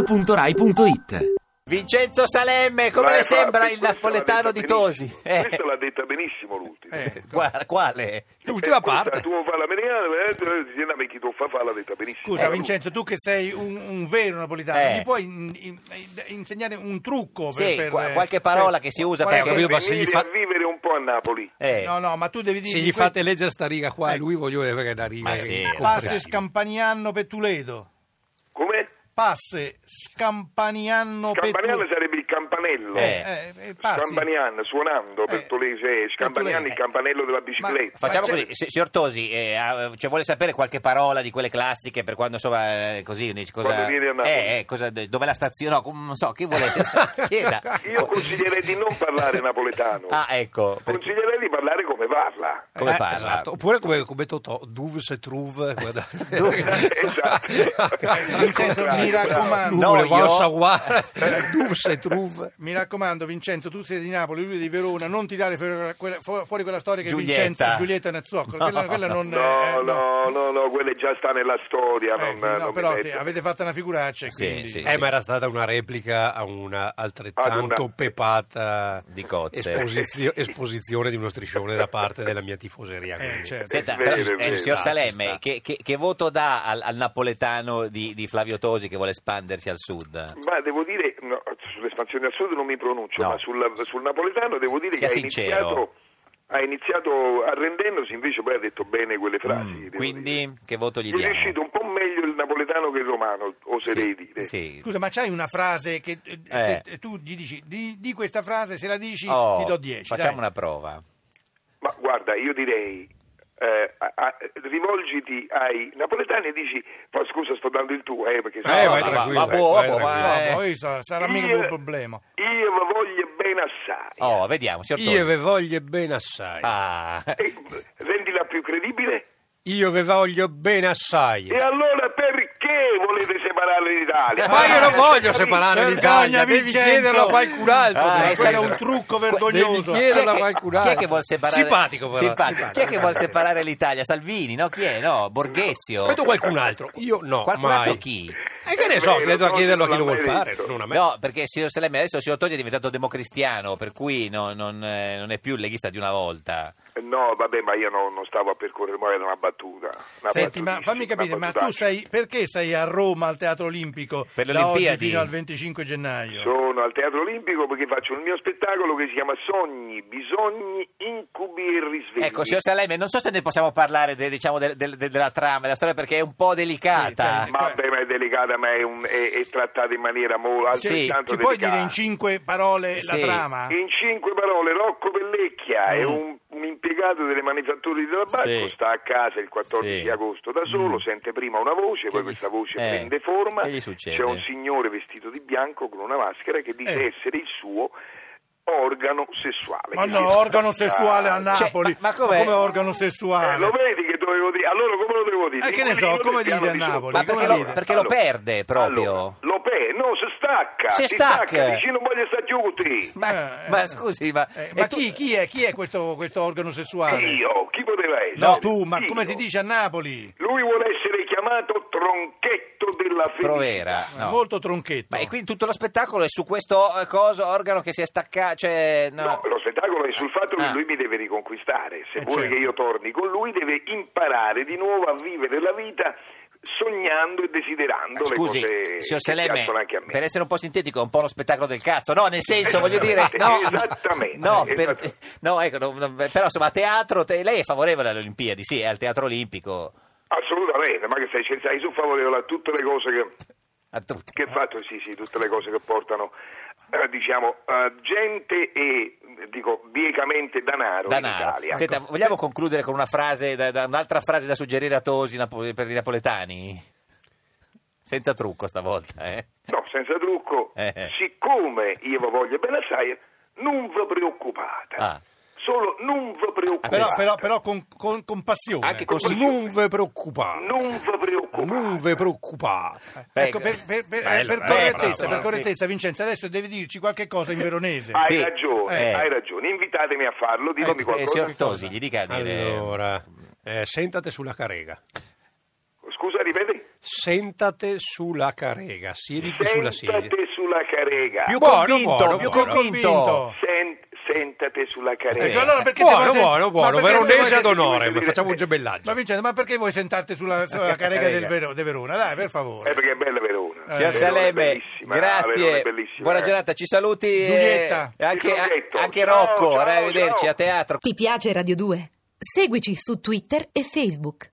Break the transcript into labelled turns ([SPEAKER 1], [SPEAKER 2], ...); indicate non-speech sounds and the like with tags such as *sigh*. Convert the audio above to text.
[SPEAKER 1] radio2pod.rai.it
[SPEAKER 2] Vincenzo Salemme, come le
[SPEAKER 3] Bravo,
[SPEAKER 2] sembra
[SPEAKER 3] sì,
[SPEAKER 2] il
[SPEAKER 3] questo
[SPEAKER 2] napoletano
[SPEAKER 3] l'ha
[SPEAKER 2] di
[SPEAKER 3] detta
[SPEAKER 2] Tosi?
[SPEAKER 3] benissimo.
[SPEAKER 2] Eh,
[SPEAKER 3] Questo l'ha detta benissimo l'ultimo.
[SPEAKER 2] qua- quale?
[SPEAKER 4] L'ultima
[SPEAKER 3] Eh, questa
[SPEAKER 4] parte.
[SPEAKER 3] Tu non fa la meniale, eh, tu- si andava in chi tu fa fa l'ha detta benissimo. Eh,
[SPEAKER 5] Scusa
[SPEAKER 3] Allora,
[SPEAKER 5] Vincenzo, tu che sei un, un vero napoletano,
[SPEAKER 2] Eh.
[SPEAKER 5] mi puoi in- in- insegnare un trucco? Per,
[SPEAKER 2] Sì,
[SPEAKER 5] per-
[SPEAKER 2] qua- qualche parola
[SPEAKER 5] eh,
[SPEAKER 2] che si usa
[SPEAKER 5] qual è
[SPEAKER 2] per-
[SPEAKER 5] quel-
[SPEAKER 3] venire
[SPEAKER 6] capito, Ecco, ma se gli fa-
[SPEAKER 3] a vivere un po' a Napoli.
[SPEAKER 2] Eh,
[SPEAKER 5] No, no, ma tu devi dire
[SPEAKER 6] Se gli
[SPEAKER 5] di questo-
[SPEAKER 6] fate leggere sta riga
[SPEAKER 3] eh.
[SPEAKER 6] qua, lui voglio avere da riga.
[SPEAKER 2] Ma sì.
[SPEAKER 5] passe scampaniano per Tuledo.
[SPEAKER 3] Come?
[SPEAKER 5] Passe scampaniano per
[SPEAKER 3] Campaniano
[SPEAKER 5] Tuledo.
[SPEAKER 3] sarebbe il campanello.
[SPEAKER 2] Eh.
[SPEAKER 5] Eh, eh, passi.
[SPEAKER 3] Scampaniano, suonando per
[SPEAKER 5] Eh.
[SPEAKER 3] Tolese, Scampaniano il
[SPEAKER 5] Eh.
[SPEAKER 3] campanello della bicicletta.
[SPEAKER 2] Facciamo
[SPEAKER 5] Ma c'è-
[SPEAKER 2] così, si- signor Tosi, eh, ah, cioè, vuole sapere qualche parola di quelle classiche per quando insomma eh, così dici cosa,
[SPEAKER 3] Quando vieni a Napoli.
[SPEAKER 2] eh, eh, cosa- dove la stazione, no, com- non so, che volete? Chieda.
[SPEAKER 3] Io consiglierei di non parlare napoletano.
[SPEAKER 2] *laughs* Ah, ecco, per-
[SPEAKER 3] Consiglierei di parlare come parla.
[SPEAKER 2] come
[SPEAKER 6] Eh,
[SPEAKER 2] parla?
[SPEAKER 6] esatto. Oppure come, come Totò, Duvs e Truv. guarda.
[SPEAKER 3] Esatto.
[SPEAKER 5] Vincenzo, mi raccomando.
[SPEAKER 2] No,
[SPEAKER 6] Duvs,
[SPEAKER 2] io-
[SPEAKER 6] Vorsa, Guar- Duvs e Truv.
[SPEAKER 5] Mi raccomando, Vincenzo, tu sei di Napoli, lui è di Verona, non tirare fuori quella, fu- fuori quella storia che
[SPEAKER 2] Giulietta.
[SPEAKER 5] Vincenzo Giulietta è una zucchero.
[SPEAKER 2] *laughs*
[SPEAKER 5] Quella, quella non eh,
[SPEAKER 3] No, no, no, no, quella già sta nella storia.
[SPEAKER 5] Eh,
[SPEAKER 3] non,
[SPEAKER 5] sì, no,
[SPEAKER 3] non mi
[SPEAKER 5] però sì,
[SPEAKER 3] metto.
[SPEAKER 5] avete fatto una figuraccia.
[SPEAKER 2] Sì,
[SPEAKER 5] quindi.
[SPEAKER 2] sì.
[SPEAKER 6] Eh, ma era stata una replica a una altrettanto
[SPEAKER 3] Ad una-
[SPEAKER 6] pepata
[SPEAKER 2] Di cozze.
[SPEAKER 6] esposizio- esposizione di uno striscione da parte della mia tifoseria.
[SPEAKER 5] Eh,
[SPEAKER 6] quindi.
[SPEAKER 5] certo.
[SPEAKER 2] Senta,
[SPEAKER 3] Vero,
[SPEAKER 2] eh,
[SPEAKER 3] vero.
[SPEAKER 2] signor
[SPEAKER 6] Ci sta, ci
[SPEAKER 2] Salemme,
[SPEAKER 6] sta.
[SPEAKER 2] che, che- che voto dà al, al napoletano di, di Flavio Tosi che vuole espandersi al sud?
[SPEAKER 3] Ma devo dire, no, sull'espansione al sud non mi pronuncio,
[SPEAKER 2] No.
[SPEAKER 3] ma sul, sul napoletano devo dire
[SPEAKER 2] Sia
[SPEAKER 3] che ha
[SPEAKER 2] sincero.
[SPEAKER 3] iniziato, ha iniziato arrendendosi, invece poi ha detto bene quelle frasi. devo dire.
[SPEAKER 2] Mm, Quindi, che voto gli
[SPEAKER 3] Gli è
[SPEAKER 2] diamo?
[SPEAKER 3] riuscito un po' meglio il napoletano che il romano, oserei
[SPEAKER 2] Sì,
[SPEAKER 3] dire.
[SPEAKER 2] sì.
[SPEAKER 5] Scusa, ma c'hai una frase che eh,
[SPEAKER 2] Eh.
[SPEAKER 5] se tu gli dici di, di questa frase, se la dici
[SPEAKER 2] Oh,
[SPEAKER 5] ti do 10.
[SPEAKER 2] Facciamo
[SPEAKER 5] dai.
[SPEAKER 2] una prova.
[SPEAKER 6] Eh,
[SPEAKER 3] Ma guarda, io direi, eh, a- a- rivolgiti ai napoletani e dici, "Poi scusa sto dando il tuo, eh, perché
[SPEAKER 6] Eh,
[SPEAKER 3] sennò-
[SPEAKER 6] vai
[SPEAKER 2] ma-
[SPEAKER 6] tranquillo,
[SPEAKER 2] ma
[SPEAKER 6] vai,
[SPEAKER 2] boh,
[SPEAKER 6] vai
[SPEAKER 2] boh, ma-
[SPEAKER 6] tranquillo.
[SPEAKER 5] No,
[SPEAKER 2] eh.
[SPEAKER 5] poi so- sarà mica
[SPEAKER 3] Io-
[SPEAKER 5] un problema.
[SPEAKER 3] Io vi voglio bene assai.
[SPEAKER 2] Oh, vediamo, signor
[SPEAKER 6] Io
[SPEAKER 2] Tosi.
[SPEAKER 6] ve voglio bene assai.
[SPEAKER 2] Ah,
[SPEAKER 3] E, Eh, rendila più credibile.
[SPEAKER 6] Io ve voglio bene assai.
[SPEAKER 3] E allora perché volete separare l'Italia?
[SPEAKER 6] Ma io non voglio
[SPEAKER 3] Eh, Capito?
[SPEAKER 6] separare l'Italia,
[SPEAKER 5] Vergogna,
[SPEAKER 6] devi
[SPEAKER 5] Vincenzo.
[SPEAKER 6] chiederlo a qualcun altro.
[SPEAKER 2] Ah,
[SPEAKER 6] devi
[SPEAKER 2] eh,
[SPEAKER 5] quello
[SPEAKER 2] sai-
[SPEAKER 5] è un trucco
[SPEAKER 6] devi
[SPEAKER 5] vergognoso.
[SPEAKER 6] chiedere-
[SPEAKER 2] *laughs* chi
[SPEAKER 6] Chiedelo
[SPEAKER 2] è
[SPEAKER 6] a
[SPEAKER 2] che-
[SPEAKER 6] qualcun
[SPEAKER 2] chi è che
[SPEAKER 6] altro.
[SPEAKER 2] vuole separare
[SPEAKER 6] Simpatico, però.
[SPEAKER 2] Simpatico. chi è che vuole separare l'Italia Salvini no chi è no Borghezio
[SPEAKER 6] Aspetta qualcun altro, io no,
[SPEAKER 2] qualcun
[SPEAKER 6] mai.
[SPEAKER 2] altro chi
[SPEAKER 6] E che ne so,
[SPEAKER 3] Eh,
[SPEAKER 6] credo a
[SPEAKER 3] non
[SPEAKER 6] chiederlo a chi
[SPEAKER 3] l'ha
[SPEAKER 6] lo
[SPEAKER 3] mai
[SPEAKER 6] vuol fare,
[SPEAKER 3] detto.
[SPEAKER 6] non a me.
[SPEAKER 2] No, perché signor Salemme adesso il signor Tosi è diventato democristiano, per cui no- non, eh, non è più il leghista di una volta.
[SPEAKER 3] Eh, No, vabbè, ma io no- non stavo a percorrere, ma era una battuta. Una
[SPEAKER 5] Senti, ma
[SPEAKER 3] battutissima,
[SPEAKER 5] fammi capire,
[SPEAKER 3] una
[SPEAKER 5] ma tu
[SPEAKER 3] battutaccia.
[SPEAKER 5] sei perché sei a Roma al Teatro Olimpico
[SPEAKER 2] Per le
[SPEAKER 5] da oggi
[SPEAKER 2] Olimpiadi?
[SPEAKER 5] fino al 25 gennaio?
[SPEAKER 3] Sono al Teatro Olimpico perché faccio il mio spettacolo che si chiama Sogni, Bisogni, Incubi e Risvegli.
[SPEAKER 2] Ecco, signor Salemme, non so se ne possiamo parlare de- diciamo, del- del- del- della trama, della storia, perché è un po' delicata.
[SPEAKER 5] Sì,
[SPEAKER 3] ma, vabbè, ma è delicata, ma è, un- è- è trattata in maniera molto
[SPEAKER 2] Sì,
[SPEAKER 5] Ci-
[SPEAKER 3] altrettanto
[SPEAKER 5] Ci puoi
[SPEAKER 3] delicata.
[SPEAKER 5] dire in cinque parole la
[SPEAKER 2] Sì.
[SPEAKER 5] trama?
[SPEAKER 3] In cinque parole, Rocco Pellecchia è
[SPEAKER 5] Mm.
[SPEAKER 3] un, un impiegato delle manifatture di tabacco,
[SPEAKER 2] Sì.
[SPEAKER 3] sta a casa il 14
[SPEAKER 2] Sì.
[SPEAKER 3] agosto da solo,
[SPEAKER 5] Mm.
[SPEAKER 3] sente prima una voce, poi
[SPEAKER 2] gli-
[SPEAKER 3] questa voce
[SPEAKER 2] eh,
[SPEAKER 3] prende forma,
[SPEAKER 2] che gli succede?
[SPEAKER 3] c'è un signore vestito di bianco con una maschera che dice
[SPEAKER 5] Eh.
[SPEAKER 3] essere il suo organo sessuale.
[SPEAKER 5] Ma
[SPEAKER 3] Che
[SPEAKER 5] no,
[SPEAKER 3] si-
[SPEAKER 5] organo sessuale a
[SPEAKER 3] Ah,
[SPEAKER 2] Cioè,
[SPEAKER 5] Napoli.
[SPEAKER 2] ma- ma com'è?
[SPEAKER 5] come organo
[SPEAKER 3] eh, lo
[SPEAKER 5] sessuale?
[SPEAKER 3] vedi che dovevo dire? Allora come lo devo dire?
[SPEAKER 5] Eh, che ne so,
[SPEAKER 3] Quindi
[SPEAKER 5] come
[SPEAKER 3] stiamo
[SPEAKER 5] dite a
[SPEAKER 3] di su-
[SPEAKER 5] Napoli?
[SPEAKER 2] Ma perché
[SPEAKER 5] Come
[SPEAKER 2] lo,
[SPEAKER 5] dite?
[SPEAKER 2] perché lo
[SPEAKER 3] Allora,
[SPEAKER 2] perde proprio?
[SPEAKER 3] allora, lo perde, no, si stacca,
[SPEAKER 2] Si
[SPEAKER 3] si stacca,
[SPEAKER 2] stacca.
[SPEAKER 3] dici non voglio stare giù con te.
[SPEAKER 2] Ma,
[SPEAKER 5] Eh,
[SPEAKER 2] ma
[SPEAKER 5] eh.
[SPEAKER 2] scusi, ma,
[SPEAKER 5] Eh,
[SPEAKER 2] e
[SPEAKER 5] ma
[SPEAKER 2] tu-
[SPEAKER 5] chi, chi è, chi è questo, questo organo sessuale?
[SPEAKER 3] Io, chi poteva essere?
[SPEAKER 5] No, tu, ma
[SPEAKER 3] Io.
[SPEAKER 5] come si dice a Napoli?
[SPEAKER 3] Lui vuole essere chiamato tronchetto della felicità.
[SPEAKER 2] Provera, no.
[SPEAKER 5] Molto tronchetto.
[SPEAKER 2] Ma e quindi tutto lo spettacolo è su questo eh, coso, organo che si è staccato, cioè... No.
[SPEAKER 3] No, lo spettacolo è sul fatto
[SPEAKER 2] Ah.
[SPEAKER 3] che lui mi deve riconquistare. Se
[SPEAKER 5] Eh,
[SPEAKER 3] vuole
[SPEAKER 5] certo.
[SPEAKER 3] che io torni con lui, deve imparare di nuovo a vivere la vita sognando e desiderando
[SPEAKER 2] Scusi,
[SPEAKER 3] le cose
[SPEAKER 2] signor
[SPEAKER 3] che
[SPEAKER 2] Seleme,
[SPEAKER 3] piacciono anche a me.
[SPEAKER 2] per essere un po' sintetico, è un po' lo spettacolo del cazzo, no? Nel senso, voglio dire,
[SPEAKER 3] Esattamente,
[SPEAKER 2] no,
[SPEAKER 3] esattamente,
[SPEAKER 2] no, per-
[SPEAKER 3] esattamente.
[SPEAKER 2] no, ecco, no, no, però insomma, a teatro, te- lei è favorevole alle Olimpiadi, sì, è al teatro olimpico,
[SPEAKER 3] Assolutamente, ma che sei scienziato, io sono favorevole a tutte le cose che,
[SPEAKER 2] a tutti.
[SPEAKER 3] che fatto, sì, sì, tutte le cose che portano, eh, diciamo, eh, gente e, dico, biecamente danaro, in
[SPEAKER 2] Danaro.
[SPEAKER 3] Italia. ecco.
[SPEAKER 2] Senta, vogliamo concludere con una frase, da- da- un'altra frase da suggerire a Tosi napo- per i napoletani? Senza trucco stavolta, eh?
[SPEAKER 3] No, senza trucco.
[SPEAKER 2] Eh.
[SPEAKER 3] Siccome io vi voglio bene assai, non vi preoccupate.
[SPEAKER 2] Ah.
[SPEAKER 3] Solo non vi preoccupate.
[SPEAKER 5] Però, però- però con, con, con passione.
[SPEAKER 2] Anche con-
[SPEAKER 6] Non ve preoccupate.
[SPEAKER 3] Non vi preoccupate.
[SPEAKER 6] Non ve preoccupate.
[SPEAKER 2] Ecco.
[SPEAKER 5] Ecco, per, per- per-
[SPEAKER 6] Bello,
[SPEAKER 5] per
[SPEAKER 6] bello,
[SPEAKER 5] correttezza,
[SPEAKER 6] bravo,
[SPEAKER 5] per
[SPEAKER 6] sì.
[SPEAKER 5] correttezza Vincenzo, adesso devi dirci qualche cosa in veronese.
[SPEAKER 3] Hai
[SPEAKER 2] Sì.
[SPEAKER 3] ragione,
[SPEAKER 2] Eh.
[SPEAKER 3] hai ragione. Invitatemi a farlo, ditemi
[SPEAKER 2] Eh,
[SPEAKER 3] qualcosa.
[SPEAKER 2] signor Tosi, gli dica di dire...
[SPEAKER 6] Allora, eh, sentate sulla carega.
[SPEAKER 3] Scusa, ripeti.
[SPEAKER 6] Sentate sulla carega, siediti sulla sedia.
[SPEAKER 3] Sentate sulla carega.
[SPEAKER 2] Più
[SPEAKER 6] Buono,
[SPEAKER 2] convinto,
[SPEAKER 6] buono,
[SPEAKER 2] più
[SPEAKER 6] buono.
[SPEAKER 2] convinto.
[SPEAKER 3] Sen- sentate sulla carega.
[SPEAKER 2] Eh,
[SPEAKER 5] Ecco, allora perché
[SPEAKER 6] Buono,
[SPEAKER 5] te vuoi sen-
[SPEAKER 6] buono,
[SPEAKER 5] ma
[SPEAKER 6] buono,
[SPEAKER 5] perché
[SPEAKER 6] veronese
[SPEAKER 5] te vuoi-
[SPEAKER 6] ad onore,
[SPEAKER 3] ma
[SPEAKER 6] facciamo un gemellaggio.
[SPEAKER 5] Ma Vincenzo, ma perché vuoi sentarti sulla, sulla carega del
[SPEAKER 2] Carega.
[SPEAKER 5] Vero- de Verona? Dai, per favore.
[SPEAKER 3] Eh, perché è bella Verona.
[SPEAKER 2] Signor
[SPEAKER 3] Eh, Verona è
[SPEAKER 2] Salemme,
[SPEAKER 3] bellissima, Verona
[SPEAKER 2] grazie,
[SPEAKER 3] è bellissima,
[SPEAKER 2] buona
[SPEAKER 3] eh.
[SPEAKER 2] giornata, ci saluti eh,
[SPEAKER 5] Giulietta.
[SPEAKER 2] e anche,
[SPEAKER 3] Ti saluto.
[SPEAKER 2] anche
[SPEAKER 3] Ciao,
[SPEAKER 2] Rocco, eh,
[SPEAKER 3] ciao,
[SPEAKER 2] arrivederci
[SPEAKER 3] ciao.
[SPEAKER 2] a teatro.
[SPEAKER 1] Ti piace Radio 2? Seguici su Twitter e Facebook.